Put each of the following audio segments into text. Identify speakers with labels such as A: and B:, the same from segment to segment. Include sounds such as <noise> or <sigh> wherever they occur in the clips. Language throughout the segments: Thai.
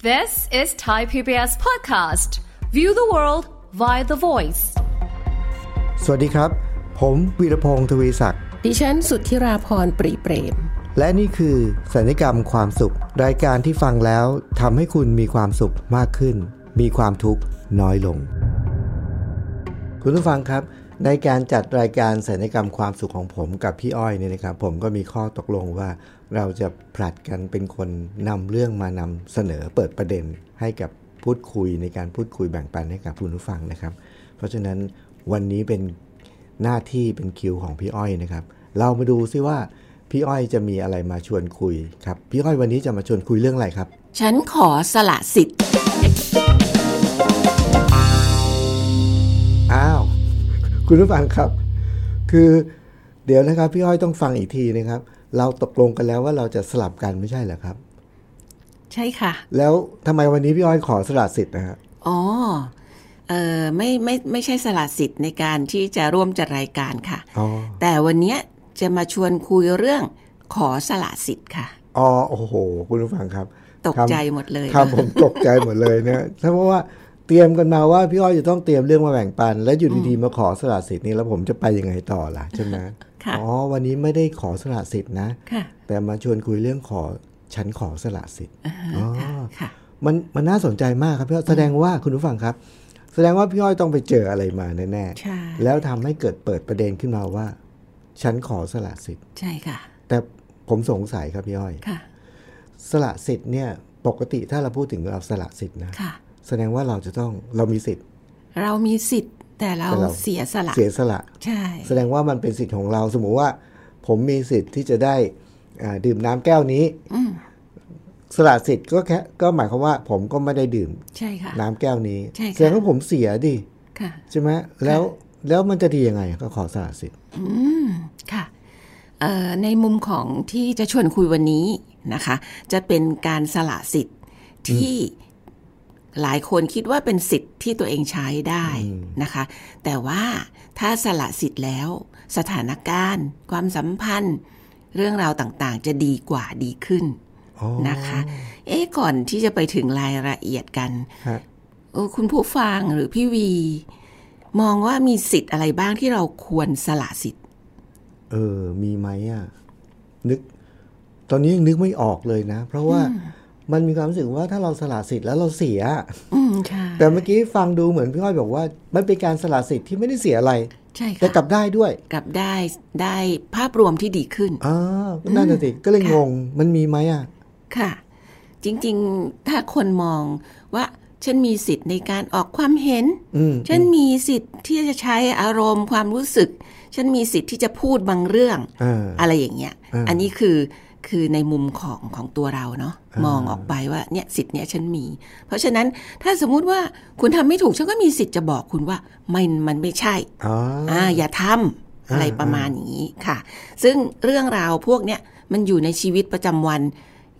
A: This is Thai PBS podcast. View the world via the voice.
B: สวัสดีครับ ผมวีรพงศ์ทวีศักดิ์
C: ดิฉันสุทธิราพรปรีเปรม
B: และนี่คือสัญญกรรมความสุข รายการที่ฟังแล้วทำให้คุณมีความสุขมากขึ้น มีความทุกข์น้อยลง คุณผู้ฟังครับ ในการจัดรายการสัญญกรรมความสุขของผมกับพี่อ้อยเนี่ยนะครับ ผมก็มีข้อตกลงว่าเราจะผลัดกันเป็นคนนำเรื่องมานำเสนอเปิดประเด็นให้กับพูดคุยในการพูดคุยแบ่งปันให้กับคุณผู้ฟังนะครับ เพราะฉะนั้นวันนี้เป็นหน้าที่เป็นคิวของพี่อ้อยนะครับ เรามาดูซิว่าพี่อ้อยจะมีอะไรมาชวนคุยครับ พี่อ้อยวันนี้จะมาชวนคุยเรื่องอะไรครับ
C: ฉันขอสละสิทธิ์
B: อ้าว คุณผู้ฟังครับ คือเดี๋ยวนะครับ พี่อ้อยต้องฟังอีกทีนะครับ เราตกลงกันแล้วว่าเราจะสลับกันไม่ใช่เหรอครับ
C: ใช่ค่ะ
B: แล้วทำไมวันนี้พี่อ้อยขอสละสิทธิ์นะฮะ
C: อ๋อ เออไม่ไม่ไม่ใช่สละสิทธิ์ในการที่จะร่วมจัดรายการค่ะ
B: อ๋อ
C: แต่วันเนี้ยจะมาชวนคุยเรื่องขอสละสิทธิ์ค่ะ
B: อ๋อโอ้โห คุณผู้ฟังครับ
C: ตก
B: ทำ
C: ใจหมดเลย
B: ทำผมตกใจหมดเลยนะถ้าเพราะว่าเตรียมกันมาว่าพี่อ้อยจะต้องเตรียมเรื่องมาแบ่งปัน แล้วอยู่ดีๆมาขอสละสิทธิ์นี่แล้วผมจะไปยังไงต่อล่ะใช่ไหม
C: ค่ะ
B: อ๋อวันนี้ไม่ได้ขอสละสิทธิ์นะ
C: ค่ะ
B: แต่มาชวนคุยเรื่องขอฉันขอสละสิทธิ์อ๋อ
C: ค่ะ
B: มันมันน่าสนใจมากครับพี่อ้อยแสดงว่าคุณผู้ฟังครับ แสดงว่าพี่อ้อยต้องไปเจออะไรมาแน่
C: ใช่
B: ๆแล้วทำให้เกิดเปิดประเด็นขึ้นมาว่า ฉันขอสละสิทธิ์
C: ใช่ค่ะ
B: แต่ผมสงสัยครับพี่อ้อย
C: ค่ะ
B: สละสิทธิ์เนี่ยปกติถ้าเราพูดถึงเราสละสิทธิ์นะ
C: ค่ะ
B: แสดงว่าเราจะต้องเรามีสิทธิ์
C: เรามีสิทธิ์แต่เรา
B: แต่เรา
C: เสียสละ
B: เสียสละ
C: ใช่
B: แสดงว่ามันเป็นสิทธิ์ของเราสมมุติว่า ผมมีสิทธิ์ที่จะได้อ่าดื่มน้ำแก้วนี้
C: อืม
B: สละสิทธิ์ก็แค่ก็หมายความว่าผมก็ไม่ได้ดื่ม
C: ใช่ค่ะ
B: น้ำแก้วนี้
C: ใช่ค่ะ
B: แสดงว่าผมเสียดิ
C: ค่ะ
B: ใช่ไหมแล้วแล้วมันจะดียังไงก็ขอสละสิทธิ์
C: อืมค่ะเอ่อในมุมของที่จะชวนคุยวันนี้นะคะ จะเป็นการสละสิทธิ์ที่หลายคนคิดว่าเป็นสิทธิ์ที่ตัวเองใช้ได้นะคะ แต่ว่าถ้าสละสิทธิ์แล้ว สถานการณ์ ความสัมพันธ์ เรื่องราวต่างๆ จะดีกว่าดีขึ้น
B: อ๋อ
C: นะคะ เอ๊ะก่อนที่จะไปถึงรายละเอียดกัน
B: ฮะ
C: เออคุณผู้ฟังหรือพี่วี มองว่ามีสิทธิ์อะไรบ้างที่เราควรสละสิทธิ์
B: เออมีไหมอ่ะนึก ตอนนี้ยังนึกไม่ออกเลยนะ เพราะว่ามันมีความรู้สึกว่าถ้าเราสละสิทธิ์แล้วเราเสีย
C: อืมใช่
B: แต่เมื่อกี้ฟังดูเหมือนพี่อ้อยบอกว่า มันเป็นการสละสิทธิ์ที่ไม่ได้เสียอะไร
C: ใช่
B: แต่
C: ค่ะ
B: กลับได้ด้วย
C: กลับได้ได้ภาพรวมที่ดีขึ้น
B: อ่านั่นน่ะสิก็เลยงงมันมีไหมอ่ะ
C: ค่ะ จริงๆถ้าคนมองว่าฉันมีสิทธิ์ในการออกความเห็น
B: อืม
C: ฉันมีสิทธิ์ที่จะใช้อารมณ์ความรู้สึก ฉันมีสิทธิ์ที่จะพูดบางเรื่อง
B: อ่า
C: อะไรอย่างเงี้ย
B: อ่า
C: อันนี้คือคือในมุมของของตัวเราเนาะมองออกไปว่าเนี่ยสิทธิ์เนี่ยฉันมี เพราะฉะนั้นถ้าสมมุติว่าคุณทำไม่ถูกฉันก็มีสิทธิ์จะบอกคุณว่ามันมันไม่ใช่
B: อ๋อ
C: อ่าอย่าทำอะไรประมาณนี้ค่ะ ซึ่งเรื่องราวพวกเนี้ยมันอยู่ในชีวิตประจำวัน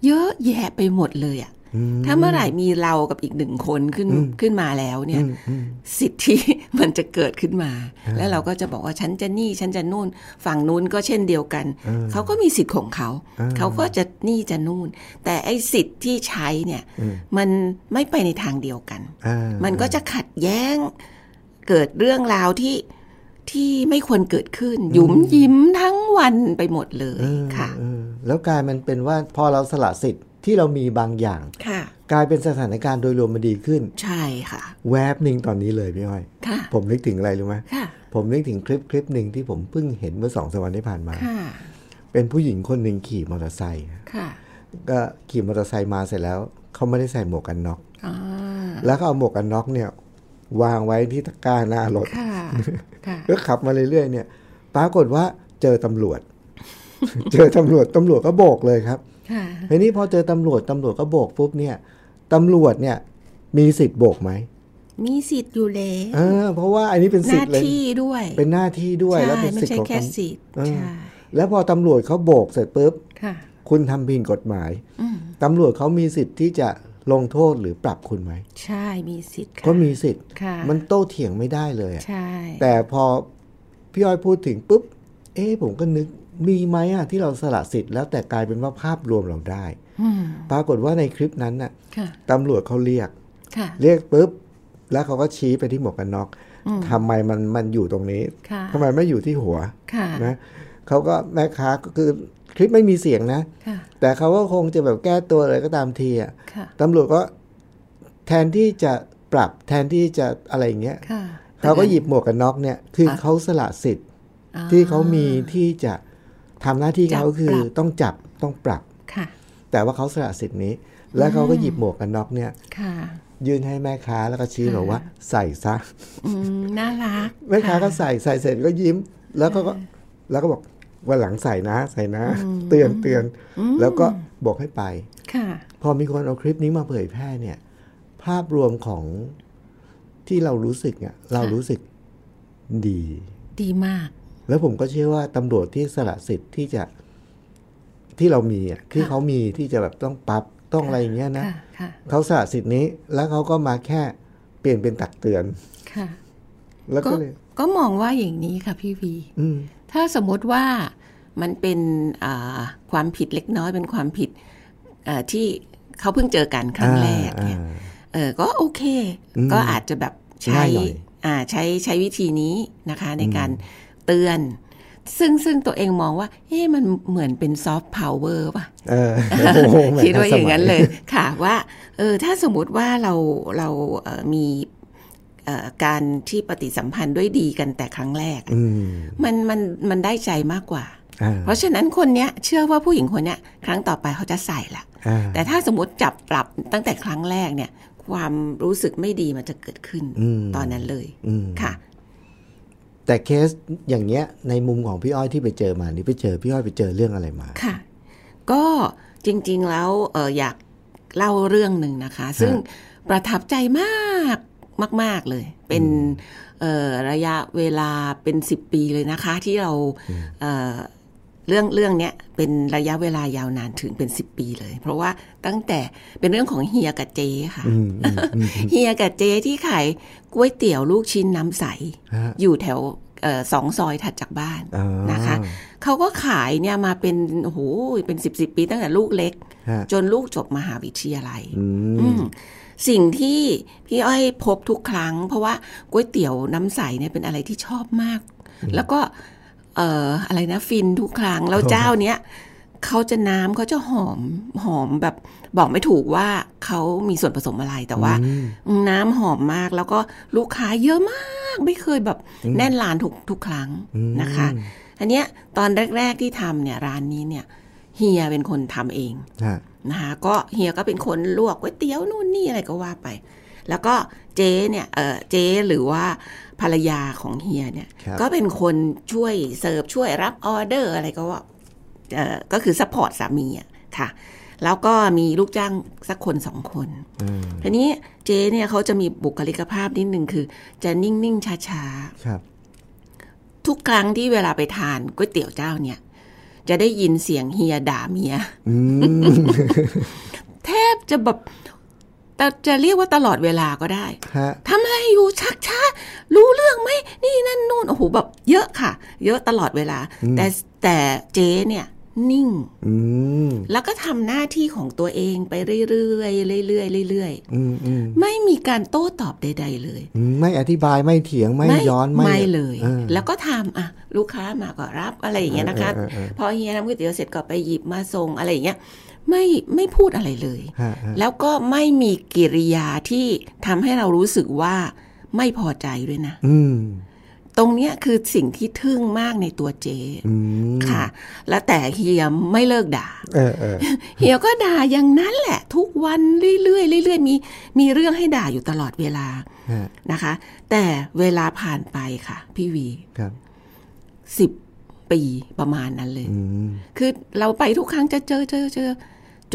C: เยอะแยะไปหมดเลยอะ
B: อืม
C: ถ้าเมื่อไหร่มีเรากับอีกหนึ่งคนขึ้นขึ้นมาแล้วเนี่
B: อื
C: ย
B: มอืม
C: สิทธิ มันจะเกิดขึ้นมา แล้วเราก็จะบอกว่าฉันจะนี่ฉันจะนู่น ฝั่งนู้นก็เช่นเดียวกัน
B: อ่า
C: เขาก็มีสิทธิ์ของเขา
B: อ่า
C: เขาก็จะนี่จะนู่น แต่ไอ้สิทธิ์ที่ใช้เนี่ยมันไม่ไปในทางเดียวกัน
B: อ่า
C: มันก็จะขัดแย้งเกิดเรื่องราวที่ที่ไม่ควรเกิดขึ้น หยุมหยิ้มทั้งวันไปหมดเลย
B: เออ
C: ค่ะ
B: เออแล้วกลายมันเป็นว่าพอเราสละสิทธิ์ที่เรามีบางอย่าง
C: ค่ะ
B: กลายเป็นสถานการณ์โดยรวมมันดีขึ้น
C: ใช่ค่ะ
B: แวบหนึ่งตอนนี้เลยพี่อ้อย
C: ค่ะ
B: ผมนึกถึงอะไรรู้ไหม
C: ค่ะ
B: ผมนึกถึงคลิปคลิปหนึ่งที่ผมเพิ่งเห็นเมื่อสองสามวันที่ผ่านมา
C: ค่ะ
B: เป็นผู้หญิงคนหนึ่งขี่มอเตอร์ไซค์
C: ค่ะ
B: ก็ขี่มอเตอร์ไซค์มาเสร็จแล้วเขาไม่ได้ใส่หมวกกันน็อก
C: อ่า
B: แล้วก็เอาหมวกกันน็อกเนี่ยวางไว้ที่ตะกร้าหน้ารถ
C: ค่ะค่ะ
B: ก็ขับมาเรื่อยๆเนี่ยปรากฏว่าเจอตำรวจ <laughs> เจอตำรวจตำรวจก็โบกเลยครับ
C: ค่ะ
B: ทีนี้พอเจอตำรวจตำรวจก็โบกปุ๊บเนี่ยตำรวจเนี่ยมีสิทธิ์โบกไหม
C: มีสิทธิ์อยู่แล้ว
B: เออเพราะว่าอันนี้เป็น
C: ห
B: สิท
C: น้า
B: ธิ์เลย
C: ที่ด้วย
B: เป็นหน้าที่ด้วย
C: ใช่
B: แล้วเป็น
C: ไม่
B: สิท
C: ใช่
B: ธิ์ของ
C: แค่
B: ตำ
C: สิทธิ์
B: เออ
C: ใช่
B: แล้วพอตำรวจเขาโบกเสร็จปุ๊บ
C: ค่ะ
B: คุณทำผิดกฎหมาย
C: อืม
B: ตำรวจเขามีสิทธิ์ที่จะลงโทษหรือปรับคุณไหม
C: ใช่มีสิทธิ์ค่ะ
B: ก็มีสิทธิ์
C: ค่ะ
B: มันโต้เถียงไม่ได้เลยอะ
C: ใช่
B: แต่พอพี่อ้อยพูดถึงปุ๊บ เอ๊ะผมก็นึกมีไหมอะที่เราสละสิทธิ์แล้วแต่กลายเป็นว่าภาพรวมเราได้
C: อืม
B: ปรากฏว่าในคลิปนั้นน่ะ
C: ค่ะ
B: ตำรวจเขาเรียก
C: ค่ะ
B: เรียกปุ๊บ แล้วเขาก็ชี้ไปที่หมวกกันน็อกทำไมมันมันอยู่ตรงนี้
C: ค่ะ
B: ทำไมไม่อยู่ที่หัว
C: ค่ะ
B: นะเขาก็แม่ค้าก็คือคลิปไม่มีเสียงนะ
C: ค่ะ
B: แต่เขาก็คงจะแบบแก้ตัวอะไรก็ตามทีอ่ะ
C: ค่ะ
B: ตำรวจก็แทนที่จะปรับแทนที่จะอะไรอย่างเงี้ย
C: ค่ะ
B: เขาก็หยิบหมวกกันน็อกเนี่ย คือเขาสละสิทธิ์
C: อ่า
B: ที่เขามีที่จะทำหน้าที่เขา
C: จะปรับ
B: คือต้องจับต้องปรับ
C: ค่ะ
B: แต่ว่าเขาสละสิทธิ์นี้ แล้วเขาก็หยิบหมวกกันน็อกเนี่ย
C: ค่ะ
B: ยื่นให้แม่ค้าแล้วก็ชี้บอกว่า ใส่ซะ
C: อืม น่ารัก
B: แม่ค้าก็
C: ะ
B: ใส่ใส่เสร็จก็ยิ้ม แล้วก็ก็แล้วก็บอกวันหลังใส่นะ ใส่นะ เตือนเตือนแล้วก็บอกให้ไป
C: ค่ะ
B: พอมีคนเอาคลิปนี้มาเผยแพร่เนี่ย ภาพรวมของที่เรารู้สึกเนี่ยเรารู้สึกดี
C: ดีมาก
B: แล้วผมก็เชื่อว่าตำรวจที่สละสิทธิ์ที่จะที่เรามีอะที่เขามีที่จะแบบต้องปรับต้องอะไรอย่างเงี้ยนะ
C: ค่ะ ค่ะ
B: เขาสละสิทธิ์นี้ แล้วเขาก็มาแค่เปลี่ยนเป็นตักเตือน
C: ค่ะ
B: แล้ว
C: ก็
B: ก็เลย
C: ก็มองว่าอย่างนี้ค่ะพี่วี
B: อืม
C: ถ้าสมมติว่ามันเป็นอ่าความผิดเล็กน้อยเป็นความผิดอ่าที่เขาเพิ่งเจอกันครั้งแรกเนี่ย
B: อ่า
C: เออก็โอเค
B: อืม
C: ก็อาจจะแบบใช้
B: ง่ายหน่อย
C: อ่าใช้ใช้วิธีนี้นะคะในการเตือน ซึ่งซึ่งตัวเองมองว่า เอ๊ะมันเหมือนเป็นซอฟต์พาวเวอร์ป่ะ
B: เออโอ้โหแหม
C: <laughs> คิดว่าอย่างนั้น
B: ทัสมั
C: เลยค่ะว่าเออถ้าสมมติว่าเราเราเอ่อมีเอ่อการที่ปฏิสัมพันธ์ด้วยดีกันแต่ครั้งแรกอะ
B: อืม
C: มันมันมันได้ใจมากกว่า
B: อ่า
C: เพราะฉะนั้นคนเนี้ยเชื่อว่าผู้หญิงคนเนี้ยครั้งต่อไปเขาจะใส่ละ
B: อ่า
C: แต่ถ้าสมมติจับปรับตั้งแต่ครั้งแรกเนี่ย ความรู้สึกไม่ดีมันจะเกิดขึ้น
B: อืม
C: ตอนนั้นเลย
B: อืม
C: ค่ะ
B: แต่เคสอย่างเงี้ย ในมุมของพี่อ้อยที่ไปเจอมานี่ไปเจอพี่อ้อยไปเจอเรื่องอะไรมา
C: ค่ะ ก็จริงๆแล้วเอออยากเล่าเรื่องหนึ่งนะคะ ซึ่งประทับใจมากมาก ๆ เลย เป็นเอ่อระยะเวลาเป็น 10 ปีเลยนะคะ ที่เราเอ่อเรื่องเรื่องเนี้ยเป็นระยะเวลายาวนานถึงเป็น 10 ปีเลย เพราะว่าตั้งแต่เป็นเรื่องของเฮียกับเจค่ะ
B: อืมอืมอืม
C: <laughs> เฮียกับเจที่ขายก๋วยเตี๋ยวลูกชิ้นน้ำใส
B: ฮะ
C: อยู่แถวเอ่อสองซอยถัดจากบ้าน
B: อ๋อ
C: นะคะ เขาก็ขายเนี่ยมาเป็นโอ้โหเป็นสิบสิบปีตั้งแต่ลูกเล็ก
B: ฮะ
C: จนลูกจบมหาวิทยาลัย
B: อื
C: อื
B: ม
C: มสิ่งที่พี่อ้อยพบทุกครั้ง เพราะว่าก๋วยเตี๋ยวน้ำใสเนี่ยเป็นอะไรที่ชอบมาก แล้วก็เอ่ออะไรนะฟินทุกครั้ง แล้วเจ้าเนี้ยเขาจะน้ำเขาจะหอมหอมแบบบอกไม่ถูกว่าเขามีส่วนผสมอะไรแต่ว่า
B: อืม
C: น้ำหอมมากแล้วก็ลูกค้าเยอะมาก ไม่เคยแบบแน่นร้านทุกทุกครั้ง
B: อืม
C: นะคะอันเนี้ยตอนแรก ๆที่ทำเนี่ยร้านนี้เนี่ยเฮียเป็นคนทำเอง
B: ฮะ
C: นะคะก็เฮียก็เป็นคนลวกก๋วยเตี๋ยวนู่นนี่อะไรก็ว่าไป แล้วก็เจ๊เนี่ยเออเจ๊หรือว่าภรรยาของเฮียเนี่ย
B: ครับ
C: ก็เป็นคนช่วยเสิร์ฟช่วยรับออเดอร์อะไรก็ว่าเอ่อก็คือซัพพอร์ตสามีอะค่ะ แล้วก็มีลูกจ้างสักคนสองคน
B: อืม
C: ทีนี้เจ๊เนี่ยเขาจะมีบุคลิกภาพนิดนึงคือ จะนิ่ง ๆ ช้า
B: ครับ
C: ๆ ทุกครั้งที่เวลาไปทานก๋วยเตี๋ยวเจ้าเนี่ย จะได้ยินเสียงเฮียด่าเมีย
B: อืม
C: แทบจะแบบแต่จะเรียกว่าตลอดเวลาก็ได้
B: ฮะ
C: ทำอะไรอยู่ชักช้ารู้เรื่องไหมนี่นั่นนู่นโอ้โหแบบเยอะค่ะ เยอะตลอดเวลา แต่แต่เจ๊เนี่ยนิ่ง
B: อืม
C: แล้วก็ทำหน้าที่ของตัวเองไปเรื่อยๆเรื่อยๆเรื่อย
B: อืมอืม
C: ๆไม่มีการโต้ตอบใด ๆ เลย
B: อืมไม่อธิบายไม่เถียงไม่ย้อนไม่
C: ไม่เลย
B: ออ
C: แล้วก็ทำอ่ะลูกค้ามาก็รับอะไรอย่างเงี้ยนะคะ
B: เออเออเออ
C: พอเฮียทำก๋วยเตี๋ยวเสร็จก็ไปหยิบมาส่งอะไรอย่างเงี้ยไม่ไม่พูดอะไรเลย
B: ฮะฮะ
C: แล้วก็ไม่มีกิริยาที่ทำให้เรารู้สึกว่าไม่พอใจด้วยนะ
B: อืม
C: ตรงเนี้ยคือสิ่งที่ทึ่งมากในตัวเจ
B: อืม
C: ค่ะ แล้วแต่เฮียไม่เลิกด่า
B: เออเออ
C: เฮียก็ด่าอย่างนั้นแหละ ทุกวันเรื่อยๆเรื่อยๆมีมีเรื่องให้ด่าอยู่ตลอดเวลา
B: ฮะ
C: นะคะ แต่เวลาผ่านไปค่ะ พี่วี
B: ครับ
C: สิบปีประมาณนั้นเลย
B: อืม
C: คือเราไปทุกครั้งจะเจอเจอเจอ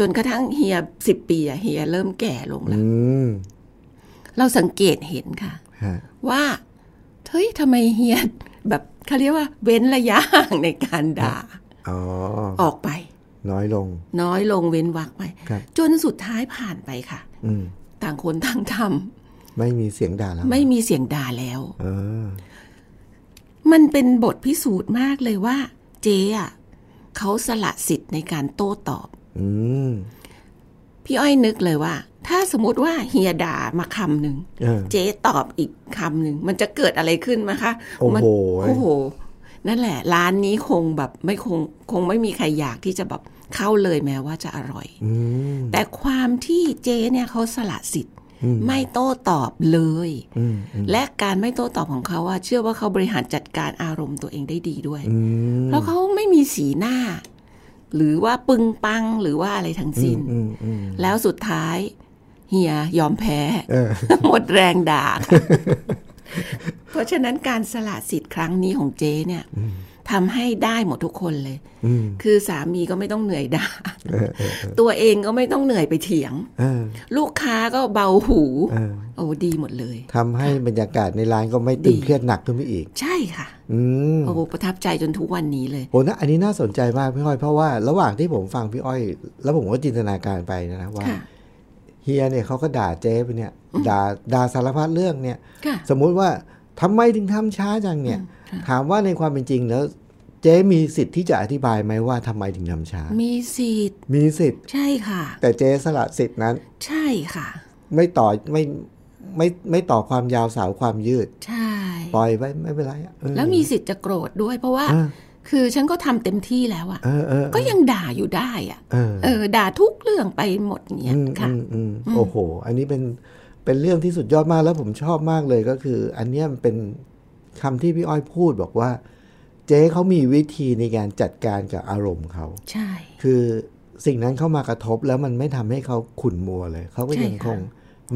C: จนกระทั่งเฮียสิบปีอะเฮียเริ่มแก่ลงแล้
B: อื
C: ว
B: ม
C: เราสังเกตเห็นค่ะ
B: ฮะ
C: ว่า เฮ้ยทำไมเฮียแบบเขาเรียกว่า เว้นระยะห่างในการด่า
B: อ๋อ
C: ออกไป
B: น้อยลง
C: น้อยลงเว้นวักไป
B: ครับ
C: จนสุดท้ายผ่านไปค่ะ
B: อืม
C: ต่างคนต่างท
B: ไม่มีเสียงด่าแล้ว
C: ำไม่มีเสียงด่าแล้ว
B: เออ
C: มันเป็นบทพิสูจน์มากเลยว่า เจ๊อะเขาสละสิทธิ์ในการโต้ตอบ
B: อืม
C: พี่อ้อยนึกเลยว่า ถ้าสมมติว่าเฮียด่ามาคำหนึ่ง
B: เออ
C: เจ๊ตอบอีกคำหนึ่งมันจะเกิดอะไรขึ้นมะคะ
B: โอ้โห
C: มันโอ้โห นั่นแหละ ร้านนี้คงแบบไม่คงคงไม่มีใครอยากที่จะแบบเข้าเลยแม้ว่าจะอร่อย
B: อืม
C: แต่ความที่เจ๊เนี่ยเขาสละสิทธิ์
B: อืม
C: ไม่โต้ตอบเลย
B: อืมอืม
C: และการไม่โต้ตอบของเขาว่าเชื่อว่าเขาบริหารจัดการอารมณ์ตัวเองได้ดีด้วย
B: อืม
C: เพราะเขาไม่มีสีหน้า หรือว่าปึงปังหรือว่าอะไรทั้งสิ้น
B: อืมอืม
C: แล้วสุดท้าย เฮียยอมแพ้
B: เออ
C: <laughs> หมดแรงด่า <laughs> ค่ะ เพราะฉะนั้นการสละสิทธิ์ครั้งนี้ของเจ๊เนี่ยทำให้ได้หมดทุกคนเลย
B: อืม
C: คือสามีก็ไม่ต้องเหนื่อยด่า
B: เออเออ
C: <laughs> ตัวเองก็ไม่ต้องเหนื่อยไปเถียง
B: เออ
C: ลูกค้าก็เบาหู
B: เออ
C: โอ้ดีหมดเลย
B: ทำให้บรรยากาศในร้านก็ไม่ตึง
C: ดี
B: เครียดหนักขึ้นไปอีก
C: ใช่ค่ะ
B: อืม
C: โอ้ประทับใจจนทุกวันนี้เลย
B: โอ้นะอันนี้น่าสนใจมากพี่อ้อย เพราะว่าระหว่างที่ผมฟังพี่อ้อย แล้วผมก็จินตนาการไปนะว่า
C: ค่ะ
B: เฮียเนี่ยเขาก็ด่าเจ๊ไปเนี่ยด่าด่าสารพัดเรื่องเนี่ย
C: ค่ะ
B: สมมุติว่าทำไมถึงทำช้าจังเนี่ย ถามว่าในความเป็นจริงแล้ว เจ๊มีสิทธิ์ที่จะอธิบายไหมว่าทำไมถึงทำช้า
C: มีสิทธิ์
B: มีสิทธิ์
C: ใช่ค่ะ
B: แต่เจ๊สละสิทธิ์นั้น
C: ใช่ค่ะ
B: ไม่ต่อไม่ไม่ไม่ต่อความยาวสาวความยืด
C: ใช่
B: ปล่อยไว้ไม่เป็นไรอะเออ
C: แล้วมีสิทธิ์จะโกรธด้วยเพราะว่า
B: อ่า
C: คือฉันก็ทำเต็มที่แล้วอะ
B: เออเออ
C: ก็ยังด่าอยู่ได้อะ
B: เออ
C: เออ ด่าทุกเรื่องไปหมดเนี่ย
B: อืม
C: ค่ะ
B: อืมอืมโอ้โห อันนี้เป็นเป็นเรื่องที่สุดยอดมากแล้วผมชอบมากเลยก็คือ อันเนี้ยมันเป็นคำที่พี่อ้อยพูดบอกว่า เจ๊เขามีวิธีในการจัดการกับอารมณ์เขา
C: ใช่
B: คือสิ่งนั้นเข้ามากระทบแล้วมันไม่ทำให้เขาขุ่นมัวเลย เขาก็
C: ใช่
B: ยัง
C: ค่ะ
B: คง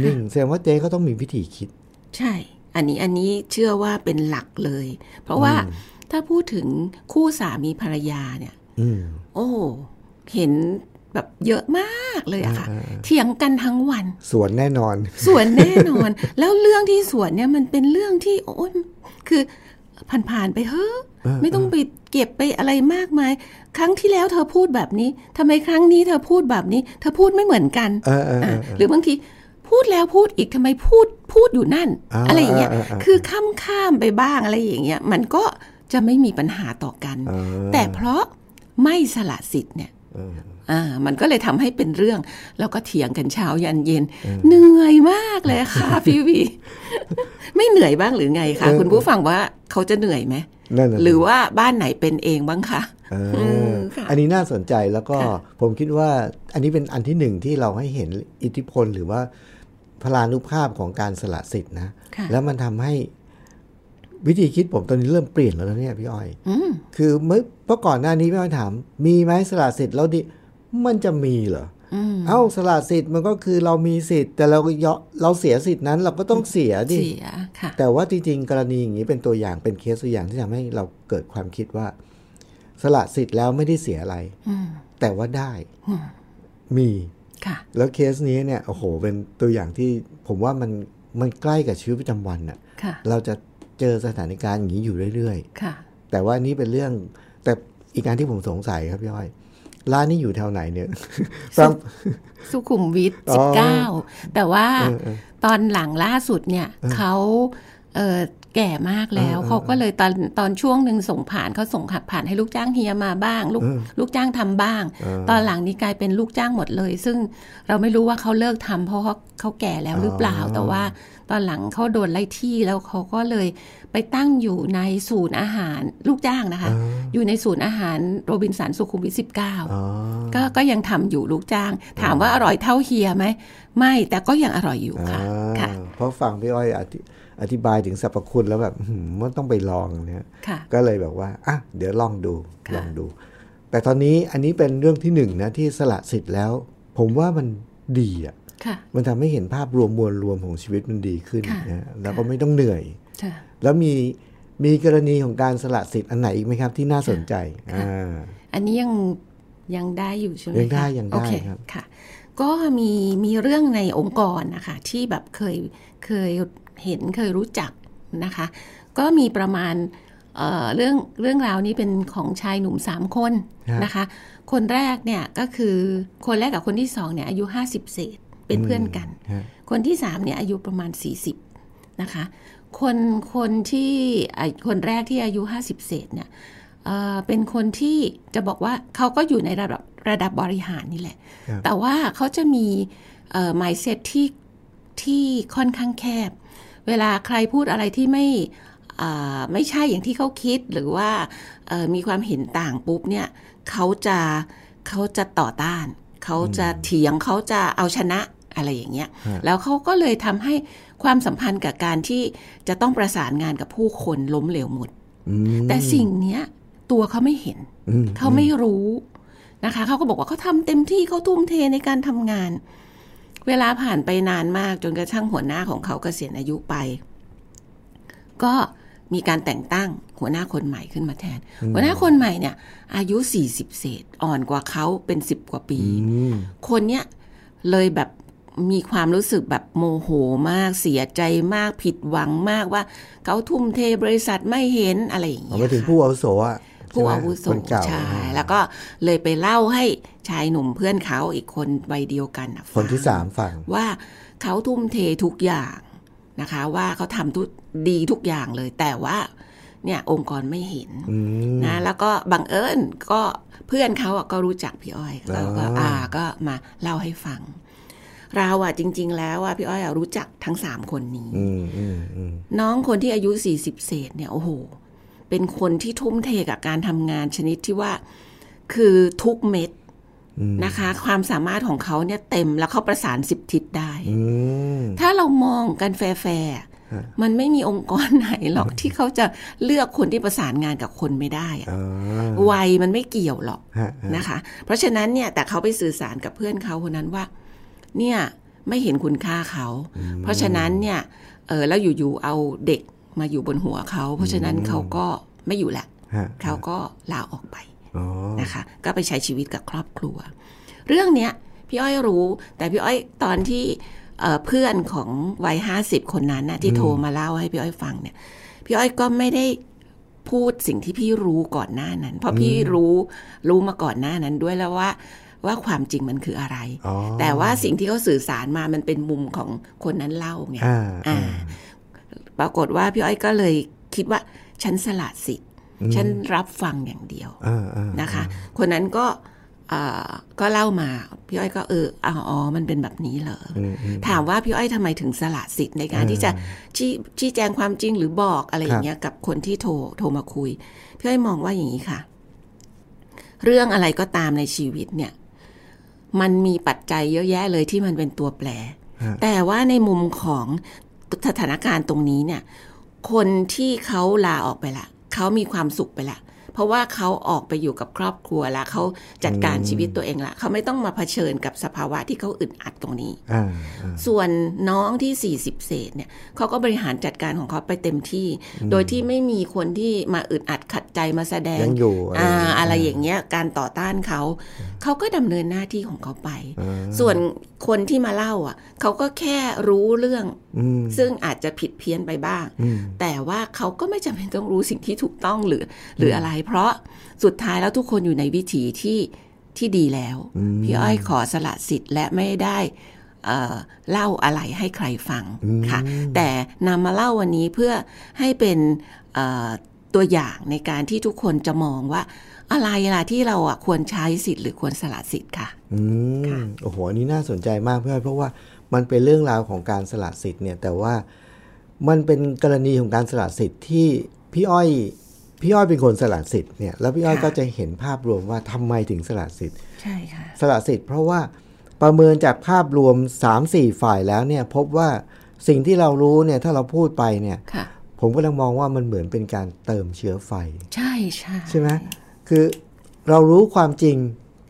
B: นิ่งแสดงว่าเจ๊เขาต้องมีวิธีคิด
C: ใช่ อันนี้อันนี้เชื่อว่าเป็นหลักเลย เพราะว่าถ้าพูดถึงคู่สามีภรรยาเนี่ย
B: อืม
C: โอ้เห็นแบบเยอะมากเลยอะค่ะ
B: อ่าอ่า
C: เถียงกันทั้งวัน
B: สวนแน่นอน
C: สวนแน่นอน แล้วเรื่องที่สวนเนี่ยมันเป็นเรื่องที่โอ้ยคือผ่านๆไปเฮ้อะ
B: เออ
C: ไม่ต้องไปเก็บไปอะไรมากมาย ครั้งที่แล้วเธอพูดแบบนี้ทำไมครั้งนี้เธอพูดแบบนี้ เธอพูดไม่เหมือนกัน
B: เออเออเออ
C: ะหรือบางทีพูดแล้วพูดอีกทำไมพูดพูดอยู่นั่น
B: อ่า
C: อะไรอย่างเงี้ย
B: อ่าอ่าอ่า
C: คือข้ามข้ามๆไปบ้างอะไรอย่างเงี้ยมันก็จะไม่มีปัญหาต่อกัน
B: เออ
C: แต่เพราะไม่สละสิทธิ์เนี่ย
B: เออ
C: อ่ามันก็เลยทำให้เป็นเรื่อง แล้วก็เถียงกันเช้ายันเย็น เหนื่อยมากเลย
B: <laughs>
C: ค่ะ พี่วี ไม่เหนื่อยบ้างหรือไงคะ
B: เออ
C: คุณผู้ฟังว่าเขาจะเหนื่อยไหม
B: นั่นน่ะสิ
C: หรือว่าบ้านไหนเป็นเองบ้างคะ
B: เออ
C: มค่ะ
B: อันนี้น่าสนใจแล้วก็
C: ค่ะ
B: ผมคิดว่าอันนี้เป็นอันที่หนึ่งที่เราให้เห็นอิทธิพลหรือว่าพลานุภาพของการสละสิทธิ์นะ
C: ค่ะ
B: แล้วมันทำให้วิธีคิดผมตอนนี้เริ่มเปลี่ยนแล้วนะเนี่ยพี่อ้อย
C: อืม
B: คือเมื่อเพราะก่อนหน้านี้พี่อ้อยถาม มีไหมสละสิทธิ์แล้วดิมันจะมีเหรออเอ้าสละสิทธิ์มันก็คือเรามีสิทธิ์ แต่เรายอเราเสียสิทธิ์นั้น เราก็ต้องเสียดิ
C: เสียค่ะ
B: แต่ว่าจริงๆ กรณีอย่างนี้เป็นตัวอย่างเป็นเคสตัวอย่างที่ทำให้เราเกิดความคิดว่า สละสิทธิ์แล้วไม่ได้เสียอะไร
C: อืม
B: แต่ว่าได้
C: อืม
B: มี
C: ค่ะ
B: แล้วเคสนี้เนี่ยโอ้โห เป็นตัวอย่างที่ผมว่ามันมันใกล้กับชีวิตประจำวันน่ะ
C: ค่ะ
B: เราจะเจอสถานการณ์อย่างนี้อยู่เรื่อย
C: ค่ะ
B: ๆ แต่ว่านี่เป็นเรื่อง แต่อีกการที่ผมสงสัยครับพี่อ้อยร้านนี้อยู่แถวไหนเนี่ย ฟัง
C: สุขุมวิท
B: อ๋อ
C: 19 แต่ว่า
B: เออเออ
C: ตอนหลังล่าสุดเนี่ยเขาเอ่อแก่มากแล้ว
B: เออเออ
C: เขาก็เลยตอนตอนช่วงหนึ่งส่งผ่านเขาส่งขับผ่านให้ลูกจ้างเฮียมาบ้าง ลูก
B: เออ
C: ลูกจ้างทำบ้าง
B: เออ
C: ตอนหลังนี้กลายเป็นลูกจ้างหมดเลย ซึ่งเราไม่รู้ว่าเขาเลิกทำเพราะเขาเขาแก่แล้วหรือเปล่า
B: อ๋อ
C: แต่ว่าตอนหลังเขาโดนไล่ที่แล้วเขาก็เลยไปตั้งอยู่ในศูนย์อาหารลูกจ้างนะคะ อยู่ในศูนย์อาหารโรบินสันสุขุมวิท19
B: อ๋อ
C: ก็ก็ยังทำอยู่ลูกจ้าง ถามว่าอร่อยเท่าเฮียไหม ไม่ แต่ก็ยังอร่อยอยู่ค่ะ
B: อ่า
C: ค่ะ
B: เพราะฟังพี่อ้อยอธิอธิบายถึงสรรพคุณแล้วแบบหืมมันต้องไปลองเนี่ย
C: ค่ะ
B: ก็เลยแบบว่าอ่ะเดี๋ยวลองดู
C: ค่ะ
B: ลองดู แต่ตอนนี้อันนี้เป็นเรื่องที่หนึ่งนะที่สละสิทธิ์แล้ว ผมว่ามันดีอ่ะ
C: ค่ะ
B: มันทำให้เห็นภาพรวมมวลรวมของชีวิตมันดีขึ้น
C: ค่ะ
B: นะแล้วก็ไม่ต้องเหนื่อย
C: ค่ะ
B: แล้วมีมีกรณีของการสละสิทธิ์อันไหนอีกไหมครับ ที่น่าสนใจ
C: ค่ะ
B: อ่า
C: อันนี้ยังยังได้อยู่ใช่ไหม
B: ยังได้
C: คะ
B: ยังได้
C: โอเค
B: ครับ
C: ค่ะ ก็มีมีเรื่องในองค์กรนะคะ ที่แบบเคยเคยเห็นเคยรู้จักนะคะ ก็มีประมาณเอ่อเรื่องเรื่องราวนี้เป็นของชายหนุ่ม 3 คน
B: ครับ
C: นะคะ คนแรกเนี่ยก็คือคนแรกกับคนที่สองเนี่ยอายุ 50 เศษเป็นเพื่อนกัน
B: ฮะ
C: คนที่สามเนี่ยอายุประมาณ 40นะคะ คนคนที่อ่ะคนแรกที่อายุ 50 เศษเนี่ย เอ่อเป็นคนที่จะบอกว่าเขาก็อยู่ในระดับระดับบริหารนี่แหละ
B: ครับ
C: แต่ว่าเขาจะมีเอ่อ mindset ที่ที่ค่อนข้างแคบ เวลาใครพูดอะไรที่ไม่อ่าไม่ใช่อย่างที่เขาคิดหรือว่าเอ่อมีความเห็นต่างปุ๊บเนี่ยเขาจะเขาจะต่อต้าน เขาจะเถียงเขาจะเอาชนะอะไรอย่างเงี้ย
B: ฮะ
C: แล้วเขาก็เลยทำให้ความสัมพันธ์กับการที่จะต้องประสานงานกับผู้คนล้มเหลวหมด
B: อืม
C: แต่สิ่งเนี้ยตัวเขาไม่เห็น
B: อืม
C: เขาไม่รู้นะคะ เขาก็บอกว่าเขาทำเต็มที่เขาทุ่มเทในการทำงาน เวลาผ่านไปนานมากจนกระทั่งหัวหน้าของเขาเกษียณอายุไป ก็มีการแต่งตั้งหัวหน้าคนใหม่ขึ้นมาแทน หัวหน้าคนใหม่เนี่ย อายุ 40 เศษ อ่อนกว่าเขาเป็น 10 กว่าปี
B: อืม
C: คนเนี้ยเลยแบบมีความรู้สึกแบบโมโหมากเสียใจมากผิดหวังมากว่าเขาทุ่มเทบริษัทไม่เห็นอะไรอย่าง
B: เอา
C: เงี้ย
B: ไปถึง
C: ค่ะ
B: ผู้อาวุโสอ่ะ
C: ผู้
B: ใช่ไหม
C: อาวุโส
B: คนเก่า
C: ใช่
B: อ่า
C: แล้วก็เลยไปเล่าให้ชายหนุ่มเพื่อนเขาอีกคนวัยเดียวกันนะฟัง
B: คนที่สามฝั่ง
C: ว่าเขาทุ่มเททุกอย่างนะคะ ว่าเขาทำทุกดีทุกอย่างเลย แต่ว่าเนี่ยองค์กรไม่เห็น
B: อืม
C: นะแล้วก็บังเอิญก็เพื่อนเขาอะก็รู้จักพี่อ้อยแล้วก็
B: อ่า
C: อ่าก็มาเล่าให้ฟัง เราอะจริง ๆ แล้วอะพี่อ้อยอะรู้จักทั้งสามคนนี้
B: อืมอืมอืม
C: น้องคนที่อายุ 40 เศษเนี่ยโอ้โห เป็นคนที่ทุ่มเทกับการทำงานชนิดที่ว่าคือทุกเม็ดนะคะ ความสามารถของเขาเนี่ยเต็มแล้วเขาประสานสิบทิศได้
B: อืม
C: ถ้าเรามองกันแฟร์ๆ
B: ฮะ
C: มันไม่มีองค์กรไหนหรอกที่เขาจะเลือกคนที่ประสานงานกับคนไม่ได้อะ
B: อ่า
C: วัยมันไม่เกี่ยวหรอก
B: ฮะฮะ
C: นะคะ เพราะฉะนั้นเนี่ยแต่เขาไปสื่อสารกับเพื่อนเขาคนนั้นว่า เนี่ยไม่เห็นคุณค่าเขา เพราะฉะนั้นเนี่ยเออแล้วอยู่ๆเอาเด็กมาอยู่บนหัวเขา เพราะฉะนั้นเขาก็ไม่อยู่ละ
B: ฮะ
C: เขาก็ลาออกไป
B: อ๋อ
C: นะคะ ก็ไปใช้ชีวิตกับครอบครัว เรื่องเนี้ยพี่อ้อยรู้แต่พี่อ้อยตอนที่เอ่อเพื่อนของวัยห้าสิบคนนั้นนะที่โทรมาเล่าให้พี่อ้อยฟังเนี่ย พี่อ้อยก็ไม่ได้พูดสิ่งที่พี่รู้ก่อนหน้านั้น เพราะพี่รู้รู้มาก่อนหน้านั้นด้วยแล้วว่า ว่าความจริงมันคืออะไร
B: อ๋อ
C: แต่ว่าสิ่งที่เขาสื่อสารมามันเป็นมุมของคนนั้นเล่าไง
B: อ่าอ่า
C: อ่าปรากฏว่าพี่อ้อยก็เลยคิดว่า ฉันสละสิทธิ์ ฉันรับฟังอย่างเดียว
B: อ่าอ่า
C: นะคะ คนนั้นก็อ่าก็เล่ามา พี่อ้อยก็เอออ๋ออ๋อมันเป็นแบบนี้เหรออ
B: อืมอืม
C: ถามว่าพี่อ้อยทำไมถึงสละสิทธิ์ในการที่จะชี้ชี้แจงความจริงหรือบอกอะไรอย่างเงี้ยกับคนที่โทรโทรมาคุย พี่อ้อยมองว่าอย่างนี้ค่ะ เรื่องอะไรก็ตามในชีวิตเนี่ย มันมีปัจจัยเยอะแยะเลยที่มันเป็นตัวแปร
B: ฮะ
C: แต่ว่าในมุมของสถานการณ์ตรงนี้เนี่ย คนที่เขาลาออกไปละ เขามีความสุขไปละ เพราะว่าเขาออกไปอยู่กับครอบครัวละเขาจัดการชีวิตตัวเองละ เขาไม่ต้องมาเผชิญกับสภาวะที่เขาอึดอัดตรงนี้
B: อ่าอ่า
C: ส่วนน้องที่ 40 เศษเนี่ยเขาก็บริหารจัดการของเขาไปเต็มที่ โดยที่ไม่มีคนที่มาอึดอัดขัดใจมาแสดง
B: ยังอยู่
C: อ่า
B: อะ
C: อะไรไรอ
B: อา
C: ย่ย่าง ง
B: เงี้
C: เงี้
B: ย
C: ยการต่อต้านเขา เขาก็ดำเนินหน้าที่ของเขาไป
B: อ่า
C: ส่วนคนที่มาเล่าอ่ะเขาก็แค่รู้เรื่อง
B: อืม
C: ซึ่งอาจจะผิดเพี้ยนไปบ้าง
B: อืม
C: แต่ว่าเขาก็ไม่จำเป็นต้องรู้สิ่งที่ถูกต้องหรือ หรืออะไร เพราะสุดท้ายแล้วทุกคนอยู่ในวิถีที่ที่ดีแล้ว พี่อ้อยขอสละสิทธิ์และไม่ได้เอ่อเล่าอะไรให้ใครฟังค่ะ แต่นำมาเล่าวันนี้เพื่อให้เป็นเอ่อตัวอย่างในการที่ทุกคนจะมองว่า อะไรล่ะที่เราอ่ะควรใช้สิทธิ์หรือควรสละสิทธิ์ค่ะ
B: อืมโอ้โหอันนี้น่าสนใจมากเพื่อนเพราะว่ามันเป็นเรื่องราวของการสละสิทธิ์เนี่ย แต่ว่ามันเป็นกรณีของการสละสิทธิ์ที่พี่อ้อยพี่อ้อยเป็นคนสละสิทธิ์เนี่ยแล้วพี่อ้อย
C: ค่ะ
B: ก็จะเห็นภาพรวมว่าทำไมถึงสละสิทธิ์
C: ใช่ค่ะ
B: สละสิทธิ์เพราะว่าประเมินจากภาพรวม 3-4 ฝ่ายแล้วเนี่ยพบว่าสิ่งที่เรารู้เนี่ยถ้าเราพูดไปเนี่ย
C: ค่ะ
B: ผมก็ลังมองว่ามันเหมือนเป็นการเติมเชื้อไฟ
C: ใช่ใช่
B: ใช่ไหมคือเรารู้ความจริง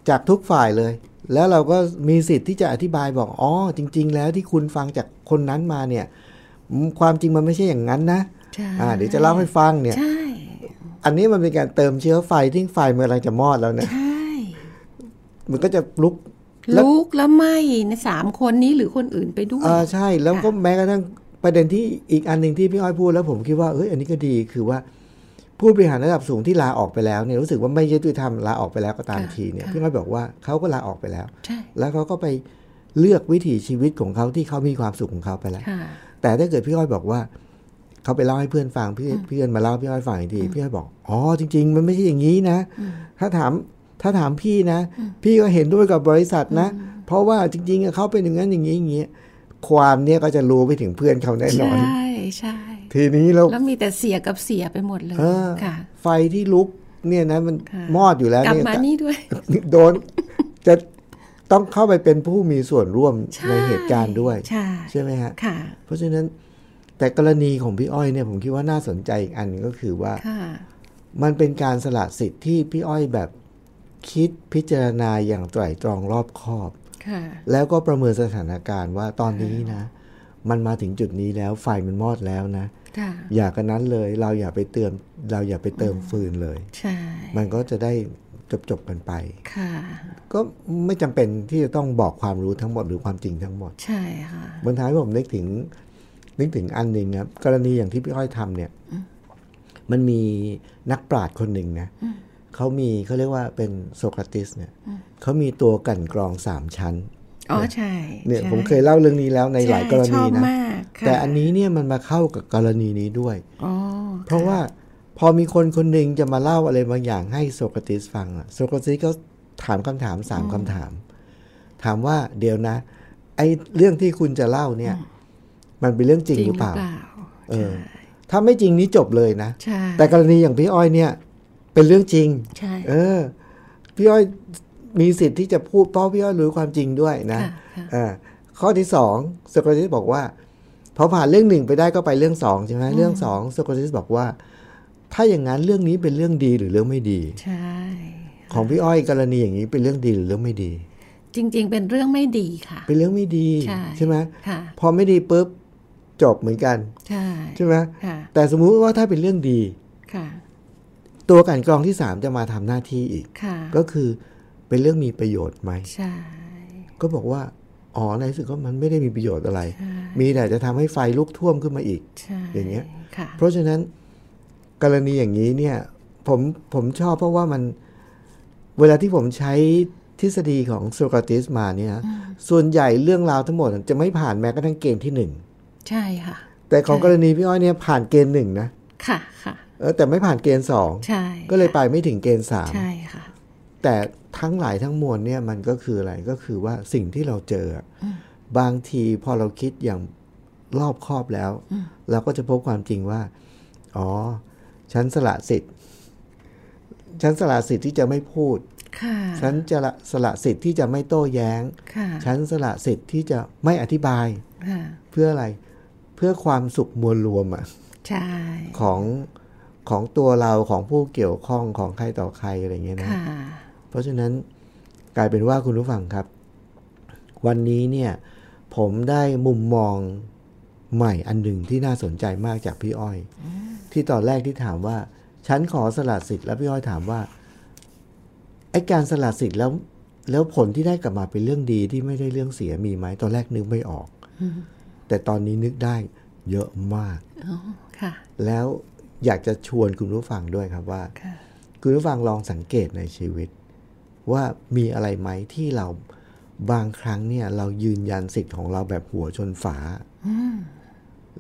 B: จากทุกฝ่ายเลย แล้วเราก็มีสิทธิ์ที่จะอธิบายบอก อ๋อ จริง ๆ แล้วที่คุณฟังจากคนนั้นมาเนี่ยอืมความจริงมันไม่ใช่อย่างนั้นนะ
C: ใช่
B: อ่า เดี๋ยวจะเล่าให้ฟังเนี่ย
C: ใช่
B: อันนี้มันเป็นการเติมเชื้อไฟที่ไฟมันกำลังจะมอดแล้วนะ
C: ใช่
B: มันก็จะลุก แล้ว
C: ลูกแล้วไหมในสามคนนี้หรือคนอื่นไปด้วย
B: เอ่าใช่ แล้วก็แม้กระทั่งประเด็นที่อีกอันหนึ่งที่พี่อ้อยพูดแล้วผมคิดว่า เอ้ย อันนี้ก็ดี คือว่า ผู้บริหารระดับสูงที่ลาออกไปแล้วเนี่ยรู้สึกว่าไม่ยุติธรรมลาออกไปแล้วก็ตาม
C: ค่ะ
B: ทีเนี่ย
C: ค่ะ
B: พี่อ้อยบอกว่าเขาก็ลาออกไปแล้ว
C: ใช่
B: แล้วเขาก็ไปเลือกวิถีชีวิตของเขาที่เขามีความสุขของเขาไปแล้ว
C: ค่ะ
B: แต่ถ้าเกิดพี่อ้อยบอกว่า เขาไปเล่าให้เพื่อนฟังพี่เพื่อนมาเล่าให้พี่อ้อยฟังอีกทีพี่อ้อยบอกอ๋อจริง ๆ มันไม่ใช่อย่างนี้นะ ถ้าถามถ้าถามพี่นะ พี่ก็เห็นด้วยกับบริษัทนะ เพราะว่าจริงๆอะเขาเป็นอย่างนั้นอย่างนี้อย่างนี้ความเนี้ยก็จะรู้ไปถึงเพื่อนเขาแน่น
C: ใช
B: อน
C: ่ใช่
B: ทีนี้เรา
C: แล้วมีแต่เสียกับเสียไปหมดเลย
B: เออ
C: ค่ะ
B: ไฟที่ลุกเนี่ยนะมัน
C: ค่ะ
B: มอดอยู่แล้ว
C: กลับ
B: เนี่ย <laughs>
C: มานี่ด้วย
B: โดนจะต้องเข้าไปเป็นผู้มีส่วนร่วมในเหตุการณ์ด้วย
C: ใช่
B: ใช่ไหมฮะ
C: ค่ะ
B: เพราะฉะนั้นแต่กรณีของพี่อ้อยเนี่ยผมคิดว่าน่าสนใจอีกอันหนึ่งก็คือว่า
C: ค่ะ
B: มันเป็นการสละสิทธิ์ที่พี่อ้อยแบบคิดพิจารณาอย่างไตร่ตรองรอบคอบ
C: ค่ะ
B: แล้วก็ประเมินสถานการณ์ว่าตอนนี้นะ มันมาถึงจุดนี้แล้วไฟมันมอดแล้วนะ
C: ค่ะ
B: อย่ากันนั้นเลย เราอย่าไปเติมเราอย่าไปเติมฟืนเลย
C: ใช่
B: มันก็จะได้จบจบๆกันไป
C: ค่ะ
B: ก็ไม่จำเป็นที่จะต้องบอกความรู้ทั้งหมดหรือความจริงทั้งหมด
C: ใช่ค่ะ
B: บนท้ายผมนึกถึงนึกถึงอันหนึ่งครับ กรณีอย่างที่พี่อ้อยทำเนี่ย มันมีนักปราชญ์คนหนึ่งนะเขามีเขาเรียกว่าเป็นโซกราติสเนี่ยเขามีตัวกลันกรองสามชั้น
C: อ๋อใช่
B: เนี่ย
C: ใช่
B: ผมเคยเล่าเรื่องนี้แล้วในหลายกร
C: ใช่ช
B: ณี
C: อบ
B: นะ
C: มากค่ะ
B: แต่อันนี้เนี่ยมันมาเข้ากับกรณีนี้ด้วย
C: อ๋อ
B: เพราะว่าพอมีคนคนหนึ่งจะมาเล่าอะไรบางอย่างให้โซกราติสฟังอะโซกราติสก็ถามคำถามสามคำถาม ถามว่าเดี๋ยวนะ ไอ้เรื่องที่คุณจะเล่าเนี่ย มันเป็นเรื่องจริงหรือเปล่า เอ
C: ใช่
B: อ ถ้าไม่จริงนี้จบเลยนะ
C: ใช่
B: แต่กรณีอย่างพี่อ้อยเนี่ย เป็นเรื่องจริง
C: ใช่
B: เออ พี่อ้อยมีสิทธิ์ที่จะพูดเพราะพี่อ้อยรู้ความจริงด้วยนะ
C: ค่ะค่ะ
B: อ่าข้อที่สองโซกราติสบอกว่าพอผ่านเรื่องหนึ่งไปได้ก็ไปเรื่องสองใช่ไหมเรื่องสองโซกราติสบอกว่า ถ้าอย่างนั้นเรื่องนี้เป็นเรื่องดีหรือเรื่องไม่ดี
C: ใช่
B: ของพี่อ้อยกรณีอย่างนี้เป็นเรื่องดีหรือเรื่องไม่ดี
C: จริง ๆ เป็นเรื่องไม่ดีค่ะ
B: เป็นเรื่องไม่ดี
C: ใช่
B: ไหม
C: ค่ะ
B: พอไม่ดีปุ๊บจบเหมือนกัน
C: ใช่
B: ใช่ไหม
C: ค่ะ
B: แต่สมมุติว่าถ้าเป็นเรื่องดี
C: ค่ะ
B: ตัวกลันกรองที่สามจะมาทำหน้าที่อีก
C: ค่ะ
B: ก็คือเป็นเรื่องมีประโยชน์ไหม
C: ใช่
B: ก็บอกว่า อ๋อในที่สุดก็มันไม่ได้มีประโยชน์อะไร
C: ใช่
B: มีแต่จะทำให้ไฟลุกท่วมขึ้นมาอีก
C: ใช่
B: อย่างเงี้ย
C: ค่ะ
B: เพราะฉะนั้นกรณีอย่างนี้เนี่ยผมผมชอบเพราะว่ามันเวลาที่ผมใช้ทฤษฎีของโซกราติสมาเนี่ยนะส่วนใหญ่เรื่องราวทั้งหมดจะไม่ผ่านแม้กระทั่งเกณฑ์ที่หนึ่ง
C: ใช่ค่ะ
B: แต่ของ
C: ใช่
B: กรณีพี่อ้อยเนี่ยผ่านเกณฑ์หนึ่งนะ
C: ค่ะค่ะ
B: เออแต่ไม่ผ่านเกณฑ์สอง
C: ใช่
B: ก็เลยไปไม่ถึงเกณฑ์สาม
C: ใช่ค่ะ
B: แต่ทั้งหลายทั้งมวลเนี่ยมันก็คืออะไรก็คือว่าสิ่งที่เราเจออะบางทีพอเราคิดอย่างรอบคอบแล้ว เราก็จะพบความจริงว่า อ๋อ ฉันสละสิทธิ์ ฉันสละสิทธิ์ที่จะไม่พูด
C: ค่ะ
B: ฉันจะละสละสิทธิ์ที่จะไม่โต้แย้ง
C: ค่ะ
B: ฉันสละสิทธิ์ที่จะไม่อธิบาย
C: ค่ะ
B: เพื่ออะไร เพื่อความสุขมวลรวมอะ
C: ใช่
B: ของของตัวเราของผู้เกี่ยวข้องของใครต่อใครอะไรอย่างเงี้ยนะ
C: ค่ะ
B: เพราะฉะนั้นกลายเป็นว่าคุณผู้ฟังครับ วันนี้เนี่ย ผมได้มุมมองใหม่อันหนึ่งที่น่าสนใจมากจากพี่อ้อย ที่ตอนแรกที่ถามว่า ฉันขอสละสิทธิ์แล้วพี่อ้อยถามว่าไอ้การสละสิทธิ์แล้ว แล้วผลที่ได้กลับมาเป็นเรื่องดีที่ไม่ได้เรื่องเสียมีไหมตอนแรกนึกไม่ออก แต่ตอนนี้นึกได้เยอะมาก
C: อ๋อค่ะ
B: แล้วอยากจะชวนคุณผู้ฟังด้วยครับว่า
C: ค่ะ
B: คุณผู้ฟังลองสังเกตในชีวิต ว่ามีอะไรไหมที่เราบางครั้งเนี่ย เรายืนยันสิทธิ์ของเราแบบหัวชนฝา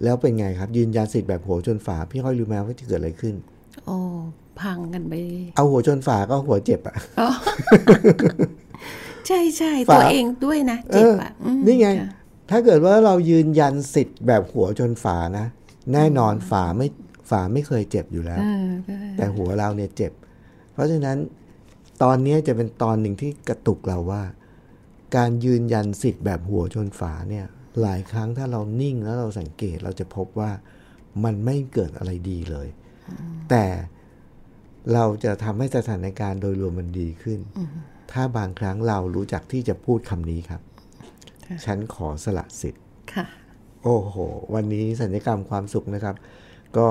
B: แล้วเป็นไงครับ ยืนยันสิทธิ์แบบหัวชนฝา พี่ค่อยรู้ไหมว่าจะเกิดอะไรขึ้น
C: โอ้พังกันไป
B: เอาหัวชนฝาก็หัวเจ็บอะ
C: ใช่ใช่
B: ฝา
C: ตัวเองด้วยนะ เจ็บอ่ะม
B: นี่ไง
C: ค่ะ
B: ถ้าเกิดว่าเรายืนยันสิทธิ์แบบหัวชนฝานะแน่นอนฝาไม่ฝาไม่เคยเจ็บอยู่แล้ว
C: เออเออ
B: แต่หัวเราเนี่ยเจ็บ เพราะฉะนั้นตอนเนี้ยจะเป็นตอนหนึ่งที่กระตุกเราว่า การยืนยันสิทธิ์แบบหัวชนฝาเนี่ย หลายครั้งถ้าเรานิ่งแล้วเราสังเกตเราจะพบว่ามันไม่เกิดอะไรดีเลย แต่เราจะทำให้สถานการณ์โดยรวมมันดีขึ้น ถ้าบางครั้งเรารู้จักที่จะพูดคำนี้ครับ ฉันขอสละสิทธิ
C: ค่ะ
B: โอ้โห วันนี้สัญญกรรมความสุขนะครับ ก็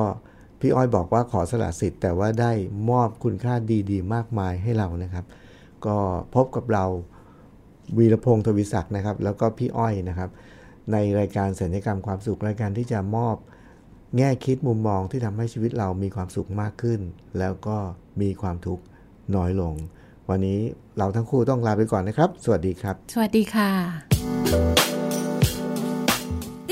B: พี่อ้อยบอกว่าขอสละสิทธิ์แต่ว่าได้มอบคุณค่าดีๆ มากมายให้เรานะครับ ก็พบกับเราวีรพงศ์ทวิศักดิ์นะครับ แล้วก็พี่อ้อยนะครับ ในรายการสัญญกรรมความสุขรายการที่จะมอบแง่คิดมุมมองที่ทำให้ชีวิตเรามีความสุขมากขึ้น แล้วก็มีความทุกข์น้อยลง วันนี้เราทั้งคู่ต้องลาไปก่อนนะครับ สวัสดีครับ
C: สวัสดีค่ะ
D: ต